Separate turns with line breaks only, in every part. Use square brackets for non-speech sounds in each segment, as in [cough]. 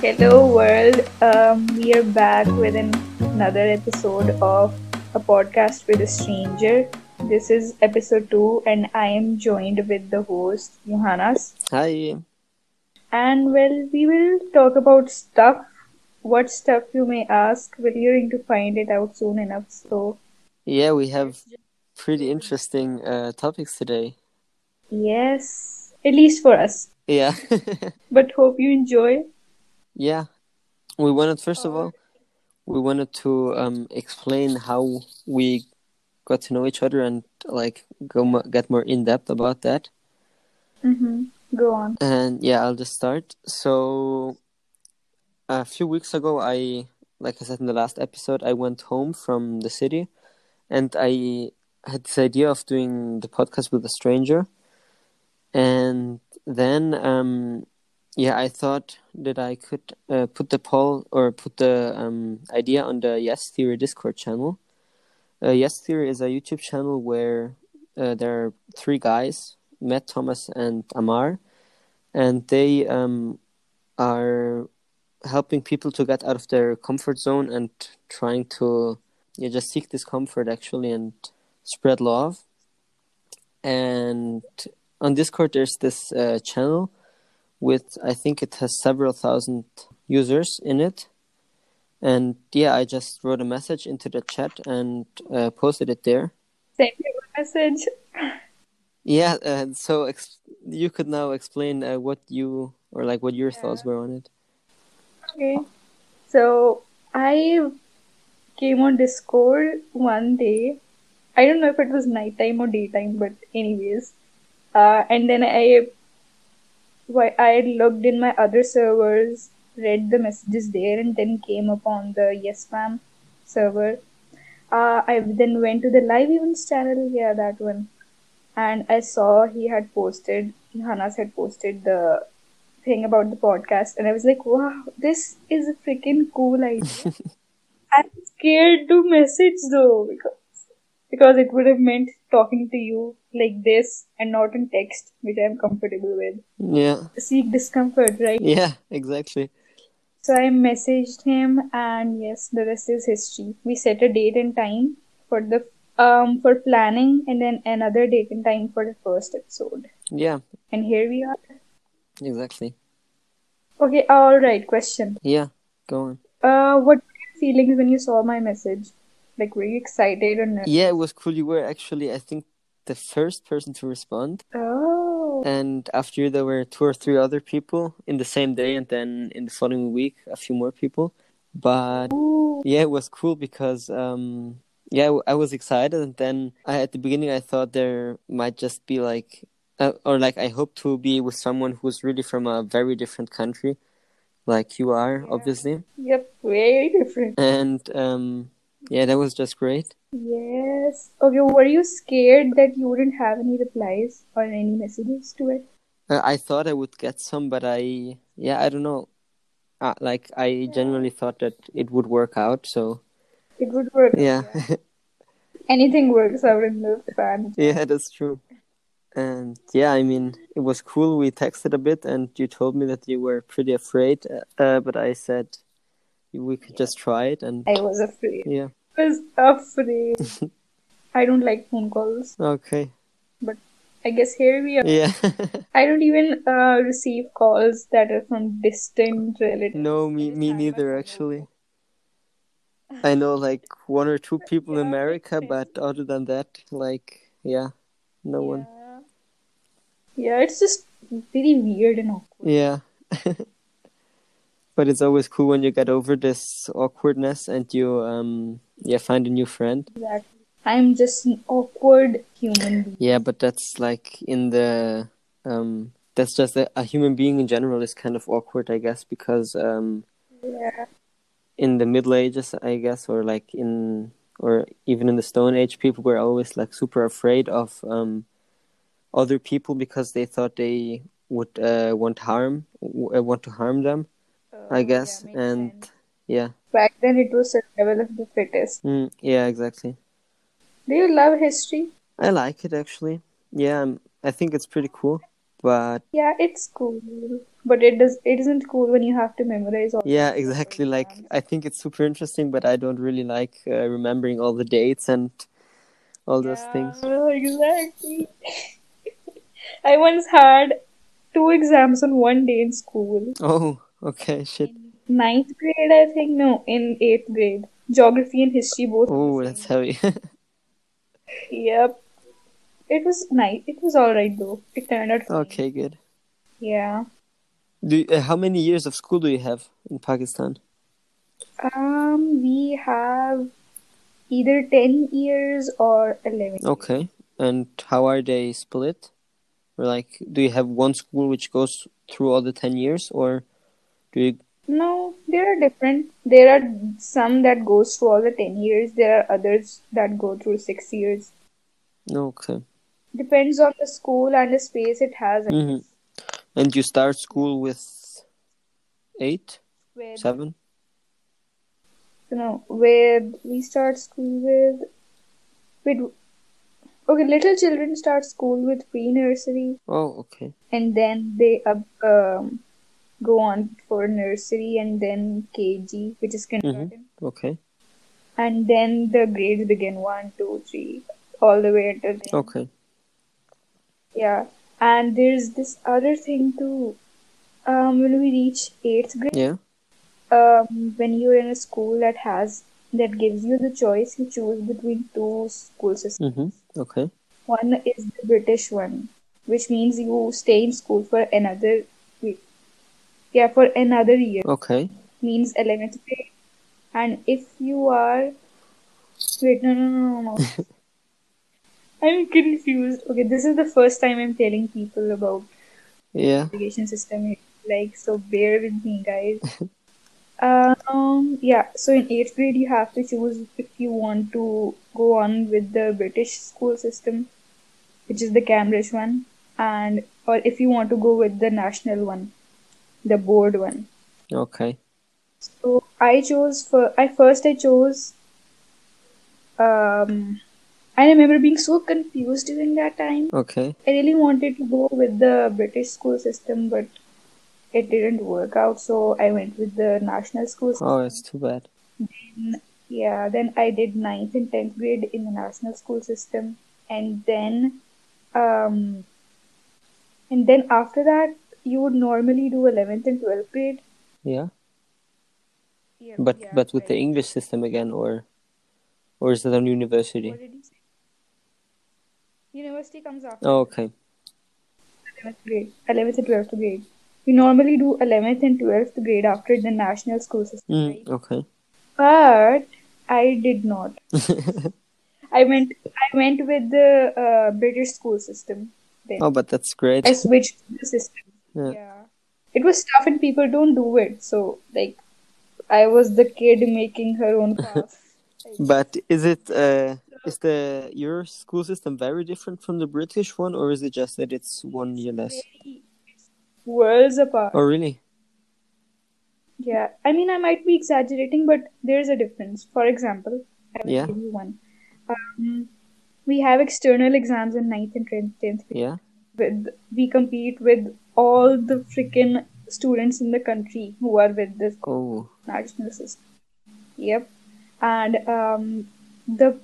Hello, world. Um, we are back with an, another episode of a podcast with a stranger. This is episode two, and I am joined with the host, Johannes.
Hi.
And well, we will talk about stuff. What stuff you may ask? Well, you're going to find it out soon enough. So,
Yeah, we have pretty interesting uh, topics today.
yes, at least for us.
Yeah. [laughs]
But hope you enjoy.
yeah. We wanted, first of all, we wanted to um, explain how we got to know each other and like go mo- get more in depth about that.
Mm-hmm. Go on.
And yeah, I'll just start. So, a few weeks ago, I, like I said in the last episode, I went home from the city and I had this idea of doing the podcast with a stranger. And then, um, yeah, I thought that I could uh, put the poll or put the um, idea on the Yes Theory Discord channel. Uh, yes Theory is a YouTube channel where uh, there are three guys, Matt, Thomas, and Amar and they um, are helping people to get out of their comfort zone and trying to yeah, just seek this comfort actually and spread love. And on Discord, there's this uh, channel with I think it has several thousand users in it. And yeah, I just wrote a message into the chat and uh, posted it there.
Send me a message.
Yeah, uh, so ex- you could now explain uh, what you or like what your thoughts were on it.
Okay. So I came on Discord one day. I don't know if it was nighttime or daytime, but anyways. Uh, and then I, why I looked in my other servers, read the messages there, and then came upon the Yes Ma'am server. Uh, I then went to the live events channel. Yeah, that one. And I saw he had posted, Hannah's had posted the thing about the podcast and I was like, wow, this is a freaking cool idea. I'm scared to message though because because it would have meant talking to you like this and not in text, which I'm comfortable with.
Yeah,
Seek discomfort, right?
yeah, exactly.
So I messaged him and yes, the rest is history. We set a date and time for the um for planning and then another date and time for the first episode.
Yeah,
And here we are.
exactly.
Okay, all right, question.
Yeah, go on.
Uh, what were your feelings when you saw my message? Like, were you excited or not?
Yeah, it was cool. You were actually, I think, the first person to respond.
Oh,
And after you, there were two or three other people in the same day, and then in the following week, a few more people. But
ooh,
Yeah, it was cool because um yeah, I w- I was excited and then I at the beginning I thought there might just be like uh, or like I hope to be with someone who's really from a very different country like you are obviously.
yep, very different.
And um yeah, that was just great.
Yes. Okay, were you scared that you wouldn't have any replies or any messages to it?
Uh, I thought I would get some but I yeah, I don't know. Uh, like I genuinely thought that it would work out, so
It would work.
yeah.
Anything works out in the fan.
[laughs] Yeah, that's true. And yeah, I mean, it was cool. We texted a bit, and you told me that you were pretty afraid, uh, uh, but I said we could just try it. And
I was afraid.
yeah,
I was afraid.
[laughs]
I don't like phone calls,
okay,
but I guess here we are.
yeah, [laughs]
I don't even uh, receive calls that are from distant relatives.
no, me me neither actually. I know [laughs] like one or two people in America, but other than that, like yeah, no one.
Yeah, it's just very weird and awkward.
Yeah. [laughs] But it's always cool when you get over this awkwardness and you um yeah find a new friend.
Exactly. I'm just an awkward human being.
Yeah, but that's like in the um that's just a, a human being in general is kind of awkward, I guess, because um
Yeah.
in the Middle Ages, I guess, or like in or even in the Stone Age, people were always like super afraid of um other people because they thought they would uh, want harm w- uh, want to harm them, I guess, and yeah,
back then it was survival of the fittest.
mm, yeah, exactly.
Do you love history?
I like it actually. Yeah, i I think um, it's pretty cool. But
Yeah, it's cool, but it does it isn't cool when you have to memorize all.
yeah, [laughs] exactly. Like I think it's super interesting, but I don't really like uh, remembering all the dates and all those
[laughs]
things.
Yeah, Exactly. [laughs] I once had two exams on one day in school.
Oh, okay, shit.
Ninth grade, I think. No, in eighth grade, geography and history both.
Oh, that's heavy. [laughs]
Yep. It was nice. It was all right though. It turned out. fine.
okay, good.
Yeah.
Do you- uh, how many years of school do you have in Pakistan?
Um, we have either ten years or eleven.
Okay, and how are they split? Or like, do you have one school which goes through all the ten years, or do you?
No, there are different. There are some that goes through all the ten years. There are others that go through six years.
Okay,
Depends on the school and the space it has.
hmm and you start school with eight,
With
seven.
you know, with we start school with with okay, little children start school with pre-nursery.
Oh, okay.
and then they up, um, go on for nursery and then KG, which is kindergarten,
Okay.
and then the grades begin one, two, three, all the way until then.
Okay.
Yeah, and there's this other thing too. Um, when we reach eighth grade,
Yeah.
um, when you're in a school that has that gives you the choice, you choose between two school systems.
Mhm. Okay.
One is the British one, which means you stay in school for another, wait, yeah, for another year.
Okay.
means 11th grade. And if you are. Wait, no, no, no, no, no. I'm confused. Okay, this is the first time I'm telling people about
Yeah.
education system. Like, so bear with me, guys. [laughs] um, yeah, so in 8th grade, you have to choose if you want to go on with the British school system, which is the Cambridge one, and or if you want to go with the national one, the board one.
Okay.
So I chose for I first I chose um I remember being so confused during that time.
Okay.
I really wanted to go with the British school system but it didn't work out so I went with the national school system.
Oh, it's too bad.
Yeah, then I did ninth and 10th grade in the national school system and then um and then after that you would normally do 11th and 12th grade.
Yeah.
Yeah,
But
yeah,
but with
right.
the English system again, or or is it on university?
What did you say? University comes after
Oh, okay.
11th grade, 11th and 12th grade. We normally do 11th and 12th grade after the national school system,
Mm, okay.
but I did
[laughs]
not. I went, I went with the uh, British school system. Then
Oh, but that's great.
I switched the system.
Yeah.
it was tough, and people don't do it. So like, I was the kid making her
[laughs]
own path.
But is it uh is the your school system very different from the British one, or is it just that it's one year less?
Worlds apart.
Oh, really?
Yeah, I mean, I might be exaggerating, but there's a difference. For example, I will
Yeah.
give you one. Um, we have external exams in 9th and 10th. 10th grade.
Yeah.
With, we compete with all the freaking students in the country who are with this
Oh,
national system. Yep. And um, the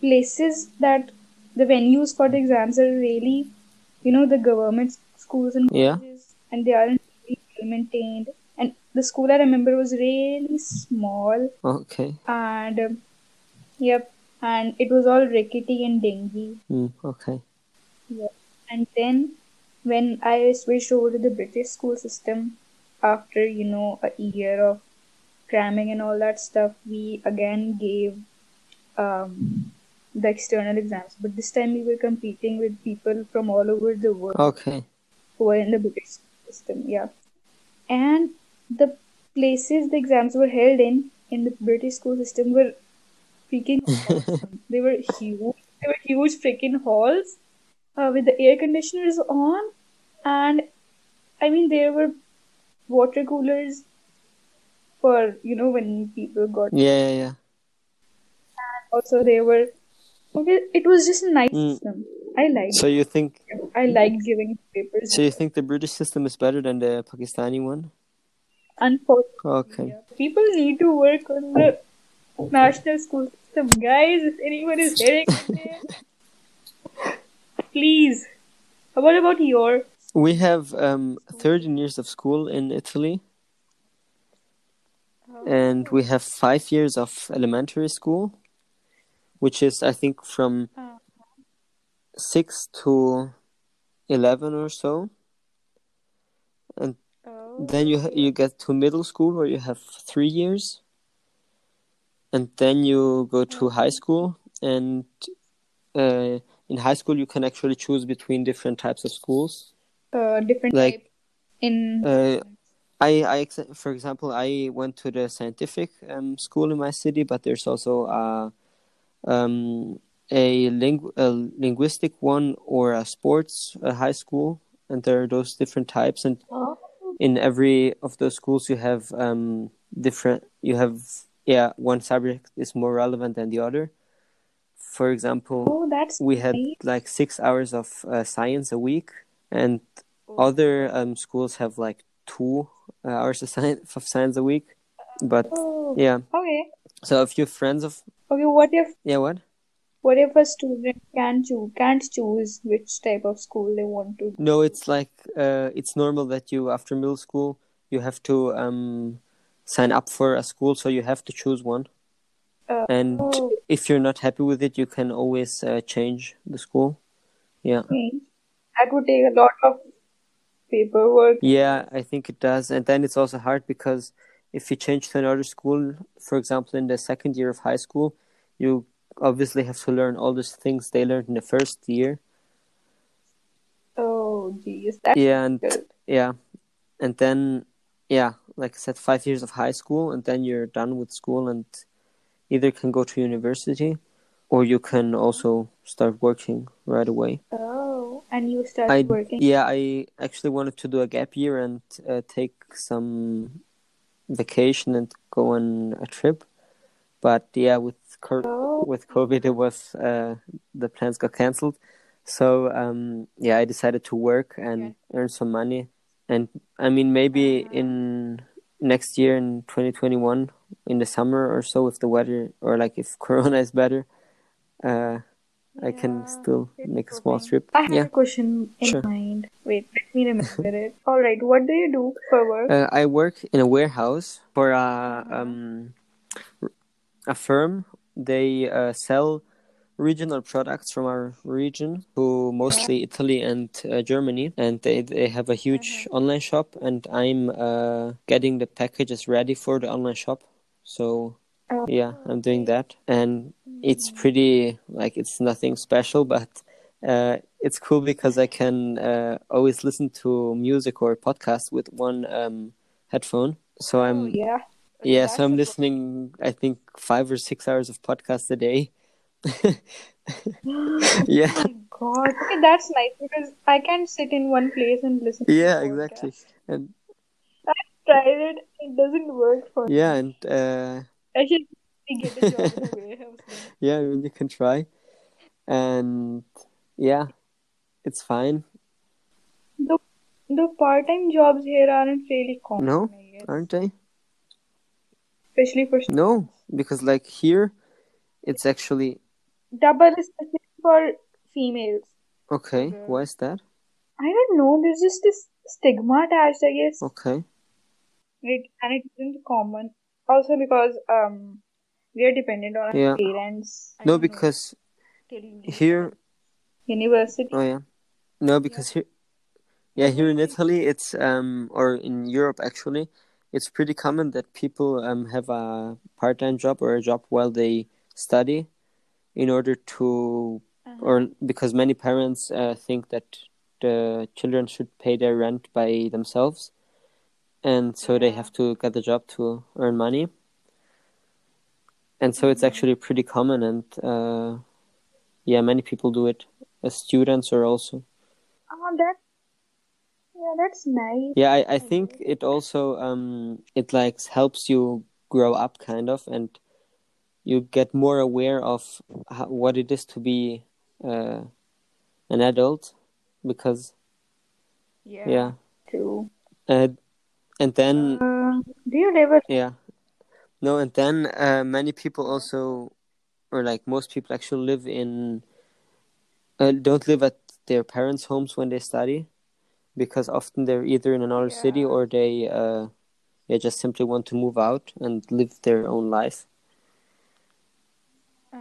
places that the venues for the exams are really, you know, the government schools and
Yeah.
colleges, and they aren't really well maintained. And the school I remember was really small,
okay.
and um, yep, and it was all rickety and dingy.
Mm, okay.
Yeah. And then when I switched over to the British school system after, you know, a year of cramming and all that stuff, we again gave um, the external exams. But this time we were competing with people from all over the world
Okay.
who were in the British school system. Yeah. And the places the exams were held in in the British school system were
[laughs]
freaking awesome. they were huge. They were huge freaking halls uh, with the air conditioners on, and I mean there were water coolers for you know when people got.
Yeah, yeah, yeah.
Also they were okay. It was just a nice
Mm.
system. I liked.
So you think
it. I liked giving papers.
So you think the British system is better than the Pakistani one?
Unfortunately,
Okay.
people need to work on the national school system, guys. If anyone is hearing this,
[laughs]
please. What about your?
We have um, 13 years of school in Italy, and we have five years of elementary school, which is, I think, from
Uh,
six to 11 or so. And
oh,
then you, you get to middle school where you have three years, and then you go to high school. And uh, in high school, you can actually choose between different types of schools.
uh, different
Like-
type in
Uh, I, I ex- for example, I went to the scientific um, school in my city, but there's also a um, a, ling- a linguistic one or a sports a high school, and there are those different types. And
Oh.
in every of those schools, you have um, different. You have yeah, one subject is more relevant than the other. For example,
oh, that's
we had
Right.
like six hours of uh, science a week, and other um, schools have like two uh, hours of science, of science a week. But
oh,
yeah,
okay.
so a few friends of
Okay, what if
yeah, what?
what if a student can choose can't choose which type of school they want to?
No, it's like uh, it's normal that you after middle school you have to um, sign up for a school, so you have to choose one.
Uh,
And
Oh,
if you're not happy with it, you can always uh, change the school. Yeah.
okay. That would take a lot of paperwork.
Yeah, I think it does. And then it's also hard because if you change to another school, for example, in the second year of high school, you obviously have to learn all these things they learned in the first year.
Oh, geez, that's
Yeah, and
good.
yeah, and then yeah, like I said, five years of high school, and then you're done with school and either can go to university or you can also start working right away.
Oh, and you start
I
working.
yeah, I actually wanted to do a gap year and uh, take some vacation and go on a trip, but yeah, with cur-
Oh,
with COVID, it was uh, the plans got cancelled. So um, yeah, I decided to work and earn some money, and I mean maybe in next year in 2021 in the summer or so if the weather or like if [laughs] corona is better uh i can
yeah.
still make a small
hoping.
trip
I have
yeah
a question in
Sure.
mind. Wait, let me remember it. All right, what do you do for work?
Uh, I work in a warehouse for a um, a firm. They uh, sell regional products from our region to mostly Italy and uh, Germany, and they they have a huge online shop. And I'm uh, getting the packages ready for the online shop. So
Oh,
yeah, I'm doing that, and it's pretty like it's nothing special, but. Uh, it's cool because I can uh, always listen to music or podcasts with one um, headphone. So I'm
Oh, yeah. [gasps]
yeah,
That's
so I'm
a-
listening. I think five or six hours of podcasts a day. [laughs] yeah,
Oh my God. Okay, that's nice because I can sit in one place and listen. to
yeah,
podcast.
exactly. And
Tried it, it doesn't work for me.
yeah, and uh,
I should really get a job in a warehouse then.
yeah, I mean, you can try. And yeah, it's fine.
The the part time jobs here aren't really common,
No,
I guess.
aren't they?
Especially for
No, because like here, it's actually
double especially for females.
okay.
Okay.
Why is that?
I don't know, there's just this stigma attached, I guess.
Okay.
It, and it isn't common. Also because um we are dependent on our
Yeah.
parents. I
No,
don't know,
because
till we-
here
university.
Oh yeah, no, because here, yeah, here in Italy, it's um or in Europe actually, it's pretty common that people um have a part-time job or a job while they study, in order to
Uh-huh.
or because many parents uh, think that the children should pay their rent by themselves, and so they
Yeah.
have to get a job to earn money, and so it's actually pretty common, and uh, yeah, many people do it as students or also.
Oh that yeah, that's nice.
yeah i, I think it also um it like helps you grow up kind of and you get more aware of how, what it is to be uh, an adult because
Yeah.
yeah. Mm.
True.
And and then
Um, do you ever?
yeah, no, and then uh, many people also, or like most people, actually live in uh, don't live at their parents' homes when they study, because often they're either in another
Yeah.
city or they uh, they just simply want to move out and live their own life,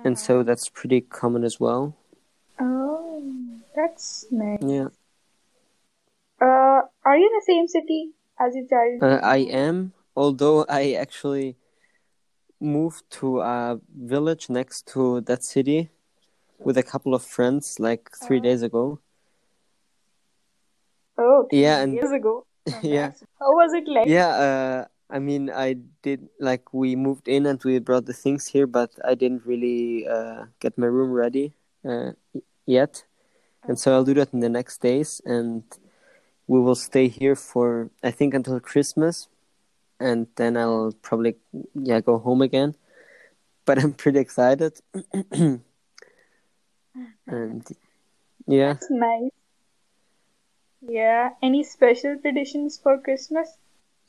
and so
Uh-huh.
that's pretty common as well.
Oh, that's nice.
Yeah,
Uh, are you in the same city as your child?
uh, I am. Although I actually moved to a village next to that city with a couple of friends like three
Oh.
days ago.
Oh, three
Yeah, and
years ago.
[laughs] yeah,
Congrats. How was it like?
yeah. Uh, I mean, I did like we moved in and we brought the things here, but I didn't really uh, get my room ready uh, y- yet, and so I'll do that in the next days, and we will stay here for I think until Christmas, and then I'll probably yeah go home again. But [laughs] I'm pretty excited, [clears throat] and yeah.
That's nice. Yeah. Any special traditions for Christmas?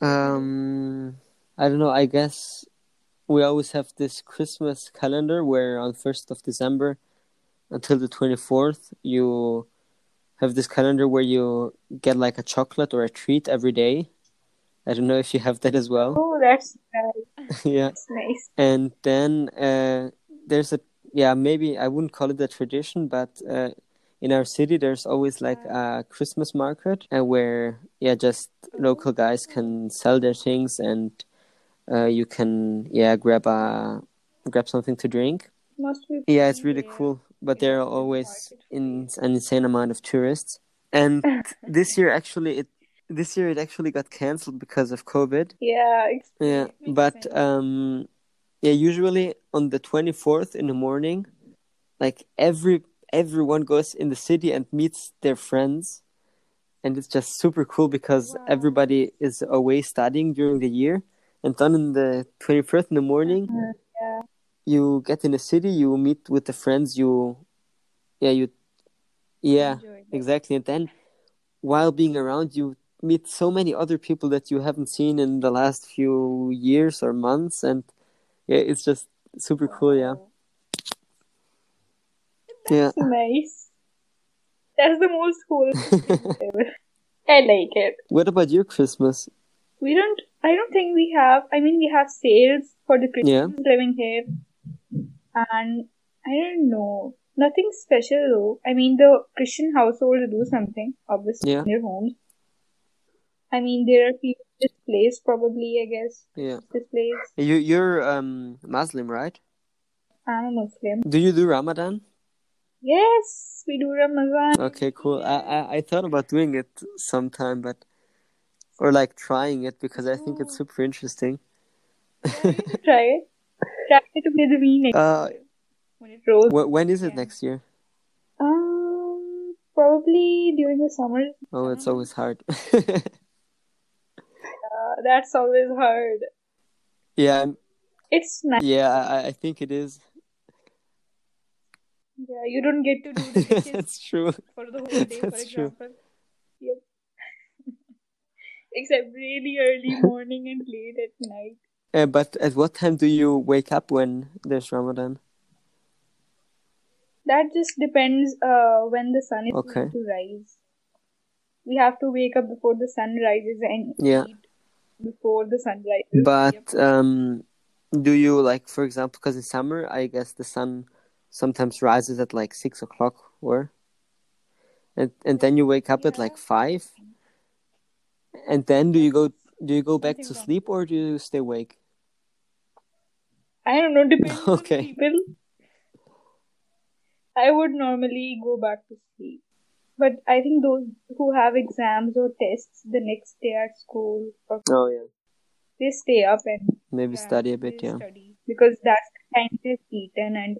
Um, I don't know. I guess we always have this Christmas calendar where on first of December until the twenty fourth, you have this calendar where you get like a chocolate or a treat every day. I don't know if you have that as well. [laughs]
Oh, that's nice.
yeah,
That's nice.
and then uh, there's a yeah maybe I wouldn't call it a tradition, but uh, in our city there's always like a Christmas market uh, where yeah just local guys can sell their things and uh, you can yeah grab a grab something to drink.
Must be
Yeah, it's
fun
really
there.
cool, but there are always
Market
in, an insane amount of tourists. And this year, actually, it this year it actually got cancelled because of COVID.
Yeah, it's
Yeah,
it makes
but
sense.
um, yeah, usually on the twenty fourth in the morning, like every everyone goes in the city and meets their friends, and it's just super cool because
Wow.
everybody is away studying during the year, and then on the twenty first in the morning,
Uh-huh. Yeah.
you get in the city, you meet with the friends, you yeah you yeah
Enjoy that.
exactly and then while being around you meet so many other people that you haven't seen in the last few years or months and yeah it's just super cool yeah
Wow.
yeah
That's nice. That's the most wholesome thing
[laughs]
ever. I like it.
what about your christmas
We don't. I don't think we have. I mean, we have sales for the
yeah
Christians living here, and I don't know. Nothing special though. I mean, the Christian households do something, obviously,
yeah
in their homes. I mean, there are people displaced, probably. I guess
yeah
displaced.
you you're um muslim right
I'm a Muslim.
do you do ramadan
Yes, we do Ramadan.
okay cool i
Yeah.
i, I thought about doing it sometime but or like trying it because i think it's
Oh,
super interesting
yeah, you should [laughs] try it. Try it together with me next
uh
when it rolls.
wh- when is it
Yeah.
next year
Um, probably during the summer,
oh
summer
it's always
months.
hard [laughs]
Uh, that's always hard.
yeah I'm-
It's nice.
Yeah, I, I think it is. [laughs]
Yeah, you don't get to do the
[laughs]
dishes
That's true.
for the whole day, for
That's true.
example. Yep. [laughs] Except really early morning and late at night.
Uh, but at what time do you wake up when there's Ramadan?
That just depends uh when the sun is going
Okay.
to rise. We have to wake up before the sun rises and
Yeah.
eat before the sun rises. Yep.
But um, do you like, for example, because in summer, I guess the sun sometimes rises at like six o'clock, or and and then you wake up at
Yeah,
like five, and then do you go do you go back
something
to
wrong.
sleep or do you stay awake?
I don't know, depends on
okay.
people. I would normally go back to sleep. But I think those who have exams or tests the next day at school, or
Oh yeah.
they stay up and
Maybe
yeah,
study a bit.
they
Yeah.
study because that's the time they've eaten and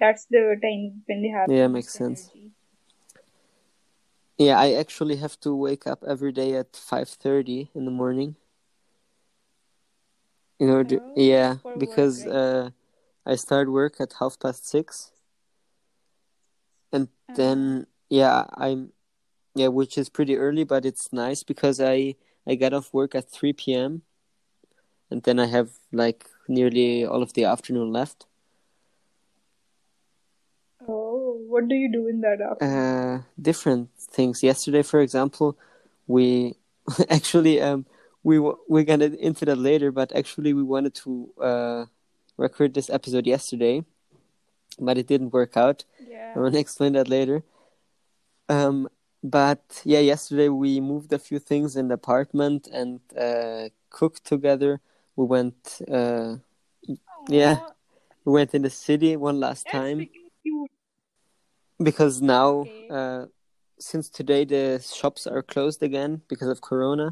that's the time when they have
Yeah,
the most
makes sense.
energy.
Yeah, I actually have to wake up every day at five thirty in the morning. in order
Oh,
yeah
for work,
because
right?
uh i start work at half past six and
Uh,
then yeah i'm yeah, which is pretty early, but it's nice because I I got off work at three p.m. and then I have like nearly all of the afternoon left.
Oh, what do you do in that afternoon?
Uh, different things. Yesterday, for example, we [laughs] actually um we wa- we're gonna into that later, but actually we wanted to uh record this episode yesterday, but it didn't work out.
Yeah.
I'm gonna explain that later. Um, but yeah, yesterday we moved a few things in the apartment and uh, cooked together. We went uh, yeah.
Aw,
we went in the city one last
that's
time
freaking cute.
because now
Okay.
uh, since today the shops are closed again because of Corona,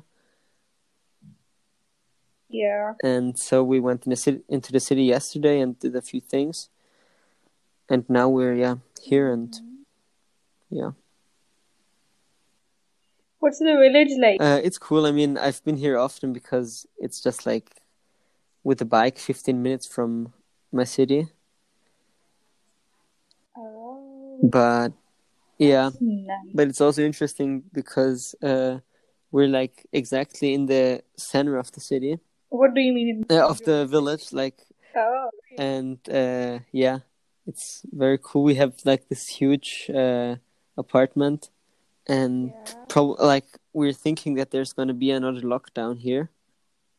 Yeah.
and so we went in the city, into the city yesterday and did a few things, and now we're yeah here and yeah.
What's the village like?
Uh, it's cool. I mean, I've been here often because it's just like with the bike, 15 minutes from my city.
Oh,
But yeah,
nice.
but it's also interesting because uh, we're like exactly in the center of the city,
What do you mean?
uh, of the village. Like,
Oh,
and uh, yeah, it's very cool. We have like this huge uh, apartment, and
Yeah.
prob like we're thinking that there's going to be another lockdown here.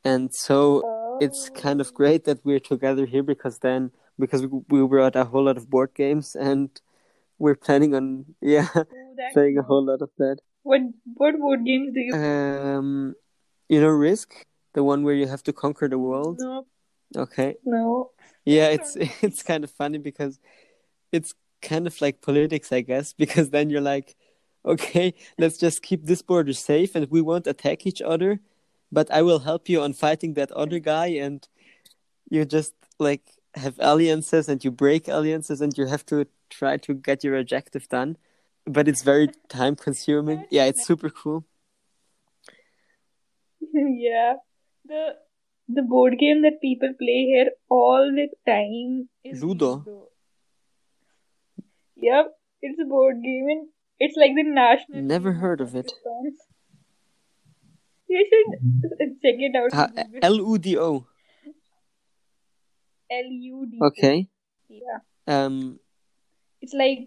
And so
oh.
it's kind of great that we're together here because then because we, we brought a whole lot of board games and we're planning on [laughs] yeah
Ooh, that-
playing a whole lot of that
What what board games do you?
um you know risk the one where you have to conquer the world
No,
okay
no.
yeah it's [laughs] it's kind of funny because it's kind of like politics i guess [laughs] because then you're like okay let's just keep this border safe and we won't attack each other but i will help you on fighting that other guy and you just like have alliances and you break alliances and you have to try to get your objective done but it's very time consuming yeah it's super cool
[laughs] yeah, the the board game that people play here all the time is
Ludo.
Yep, it's a board game and it's like the national.
Never
game
heard of it.
Pakistan. You should check it out.
uh,
on Google.
l-u-d-o
L U D.
okay
Yeah,
um
it's like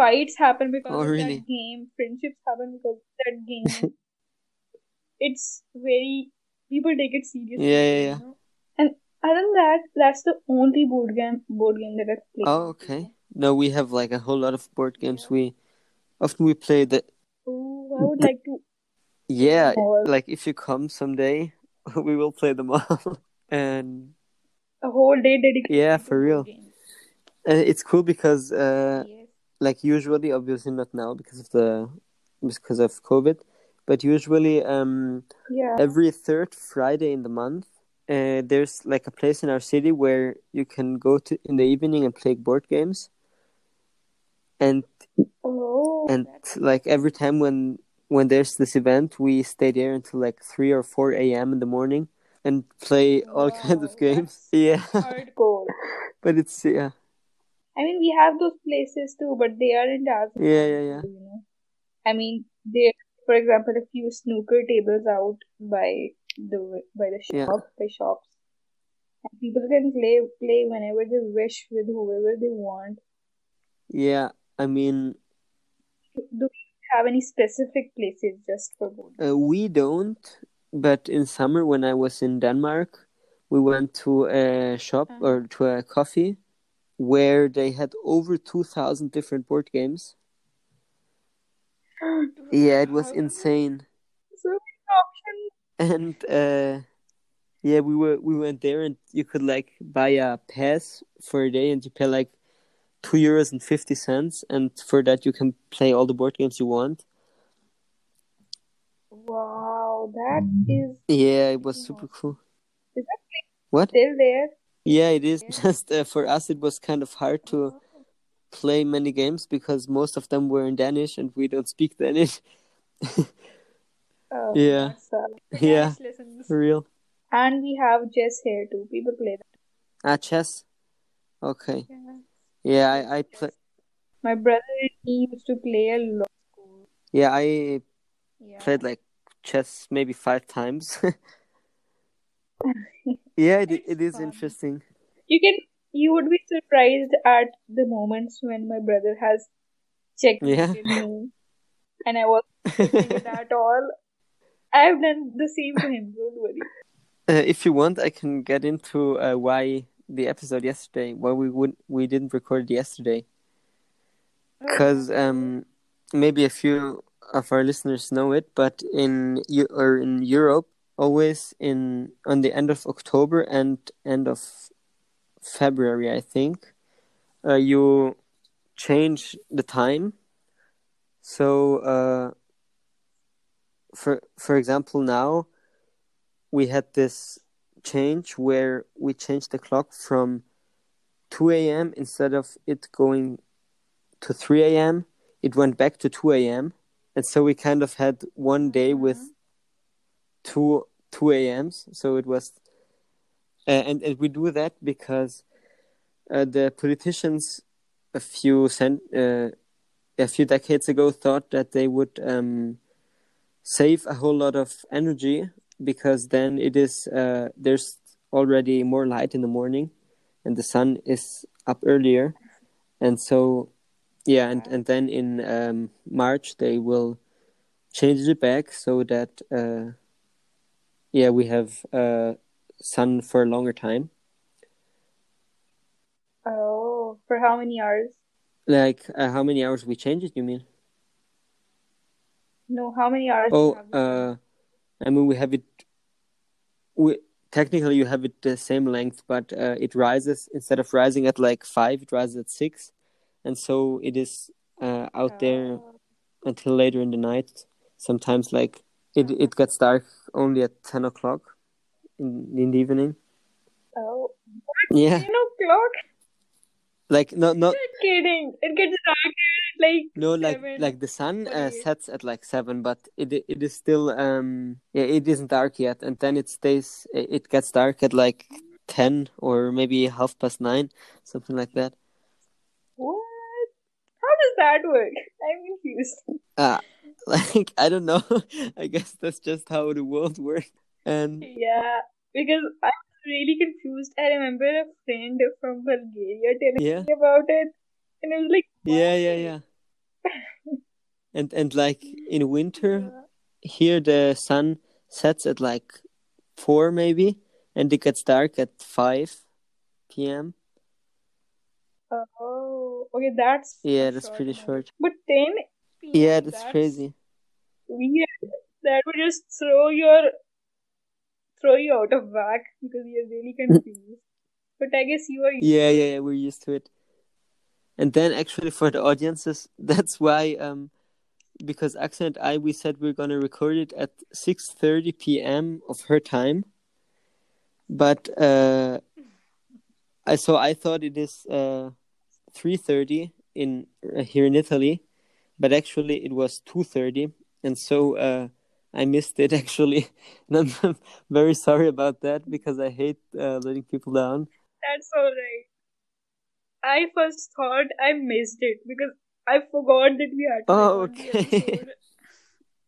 fights happen because
Oh,
of
really?
that game. Friendships happen because of that
[laughs]
game. it's very people take it seriously.
Yeah, yeah, yeah.
you know? And other than that, that's the only board game board game that I've played.
oh okay no we have like a whole lot of board games we often we play the
Oh, I would like to.
[laughs] yeah
All.
like if you come someday [laughs] we will play them all [laughs] and
A whole day dedicated.
yeah
to
for
board
real
games.
and it's cool because uh
Yes.
like usually obviously not now because of the because of covid but usually um
Yeah.
every third friday in the month uh, there's like a place in our city where you can go to in the evening and play board games and
Oh.
and like every time when when there's this event we stay there until like 3 or 4 a.m in the morning and play all
Wow,
kinds of games [laughs]
that's
yeah
hardcore.
but it's yeah
I mean, we have those places too, but they aren't as
yeah yeah yeah
you know. I mean, there, for example, a few snooker tables out by the by the shop
Yeah.
by shops, and people can play play whenever they wish with whoever they want.
yeah i mean
Do you have any specific places just for board?
Uh, we don't, but in summer when I was in Denmark, we went to a shop
Uh-huh.
or to a coffee where they had over 2,000 different board games. Yeah, it was
Wow.
insane.
So many options.
And uh, yeah, we were we went there and you could like buy a pass for a day and you pay like 2 euros and 50 cents and for that you can play all the board games you want.
Wow, that is
Yeah, it was super cool.
Is
What?
still there.
Yeah, it is. [laughs]
Yeah.
Just uh, for us, it was kind of hard to play many games because most of them were in Danish and we don't speak Danish [laughs]
Oh,
Yeah.
that sucks.
Yeah.
Nice lessons.
for real.
And we have chess here too. People play that.
Ah, chess. Okay.
Yeah.
Yeah, I, I play.
My brother and he used to play a lot.
Yeah, I
Yeah.
played like chess maybe five times. [laughs]
[laughs]
yeah, it,
That's
it is
fun.
interesting. [laughs]
You can you would be surprised at the moments when my brother has
Yeah.
checkmated
[laughs]
me and I was it at all. I have done the same to him, don't worry.
Uh, if you want, I can get into uh, why the episode yesterday, why we would we didn't record yesterday, because um, maybe a few of our listeners know it, but in Eu- or in Europe, always in on the end of October and end of February, I think, uh, you change the time. So, uh, for for example, now we had this change where we changed the clock from 2 a.m. instead of it going to 3 a.m., it went back to 2 a.m. And so we kind of had one day with two 2 a.m.s. So it was, uh, and, and we do that because uh, the politicians a few cent, uh, a few decades ago thought that they would um, save a whole lot of energy because then it is uh, there's already more light in the morning and the sun is up earlier and so yeah and, and then in um, march they will change it back so that uh, yeah we have uh, sun for a longer time
Oh, for how many hours?
like uh, how many hours we change it you mean
No, how many hours?
oh
have we done?
uh, i mean we have it we technically you have it the same length but uh, it rises instead of rising at like five it rises at six and so it is uh, out there
Oh,
until later in the night sometimes like it it gets dark only at 10 o'clock in, in the evening
oh.
yeah
Ten o'clock?
like no no
You're kidding. It gets dark at like
no like
seven.
like the sun uh,
forty-eight.
sets at like 7 but it it is still um yeah it isn't dark yet and then it stays it it gets dark at like 10 or maybe half past 9 something like that [laughs]
What? How does that work? I'm confused.
uh like i don't know [laughs] i guess that's just how the world [laughs] works and
Yeah, because I was really confused. I remember a friend from Bulgaria telling
yeah
me about it, and I was like,
yeah yeah
why? [laughs]
yeah and and like in winter
Yeah.
here the sun sets at like 4 maybe and it gets dark at 5 p.m
Oh, okay, that's a
yeah that's
short
pretty
notice.
short
But 10
yeah
p.m.,
that's
that's
crazy
weird. That would just throw your throw you out of whack because you're
[laughs]
really confused. But I guess you are used
yeah
to
yeah
it.
yeah we're used to it and then actually for the audiences [laughs] that's why um because Axel and I we said we're gonna record it at 6:30 p.m. of her time but uh I so I thought it is uh three thirty in uh, here in Italy, but actually it was two thirty, and so uh I missed it [laughs] actually, and I'm, I'm [laughs] very sorry about that because I hate uh, letting people down.
That's all right. I first thought I missed it because I forgot that we had to
Oh,
record the
okay,
episode.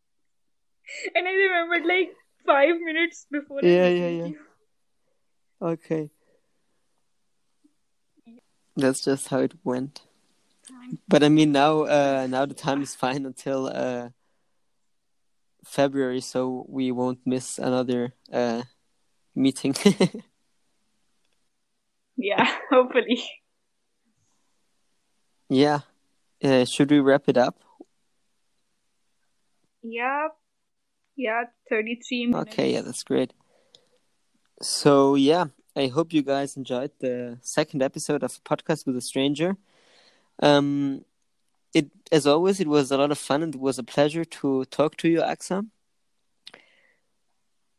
[laughs] And I remembered like five minutes before I
yeah, yeah,
messaged
yeah,
you.
okay. That's just how it went. But I mean now, uh, now the time is fine until uh February, so we won't miss another uh meeting. [laughs]
Yeah, [laughs] hopefully.
yeah, uh, should we wrap it up?
Yeah, yeah, 33 minutes.
Okay, yeah, that's great. So yeah, I hope you guys enjoyed the second episode of Podcast with a Stranger. Um, it as always, it was a lot of fun and it was a pleasure to talk to you, Axa.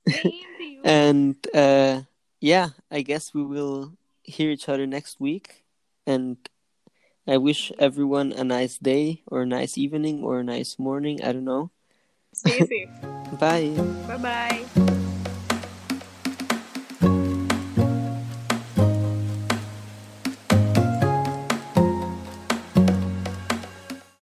Same to you.
And uh, yeah, I guess we will hear each other next week. And I wish everyone a nice day or a nice evening or a nice morning. I don't know.
Stay safe.
Bye.
Bye bye.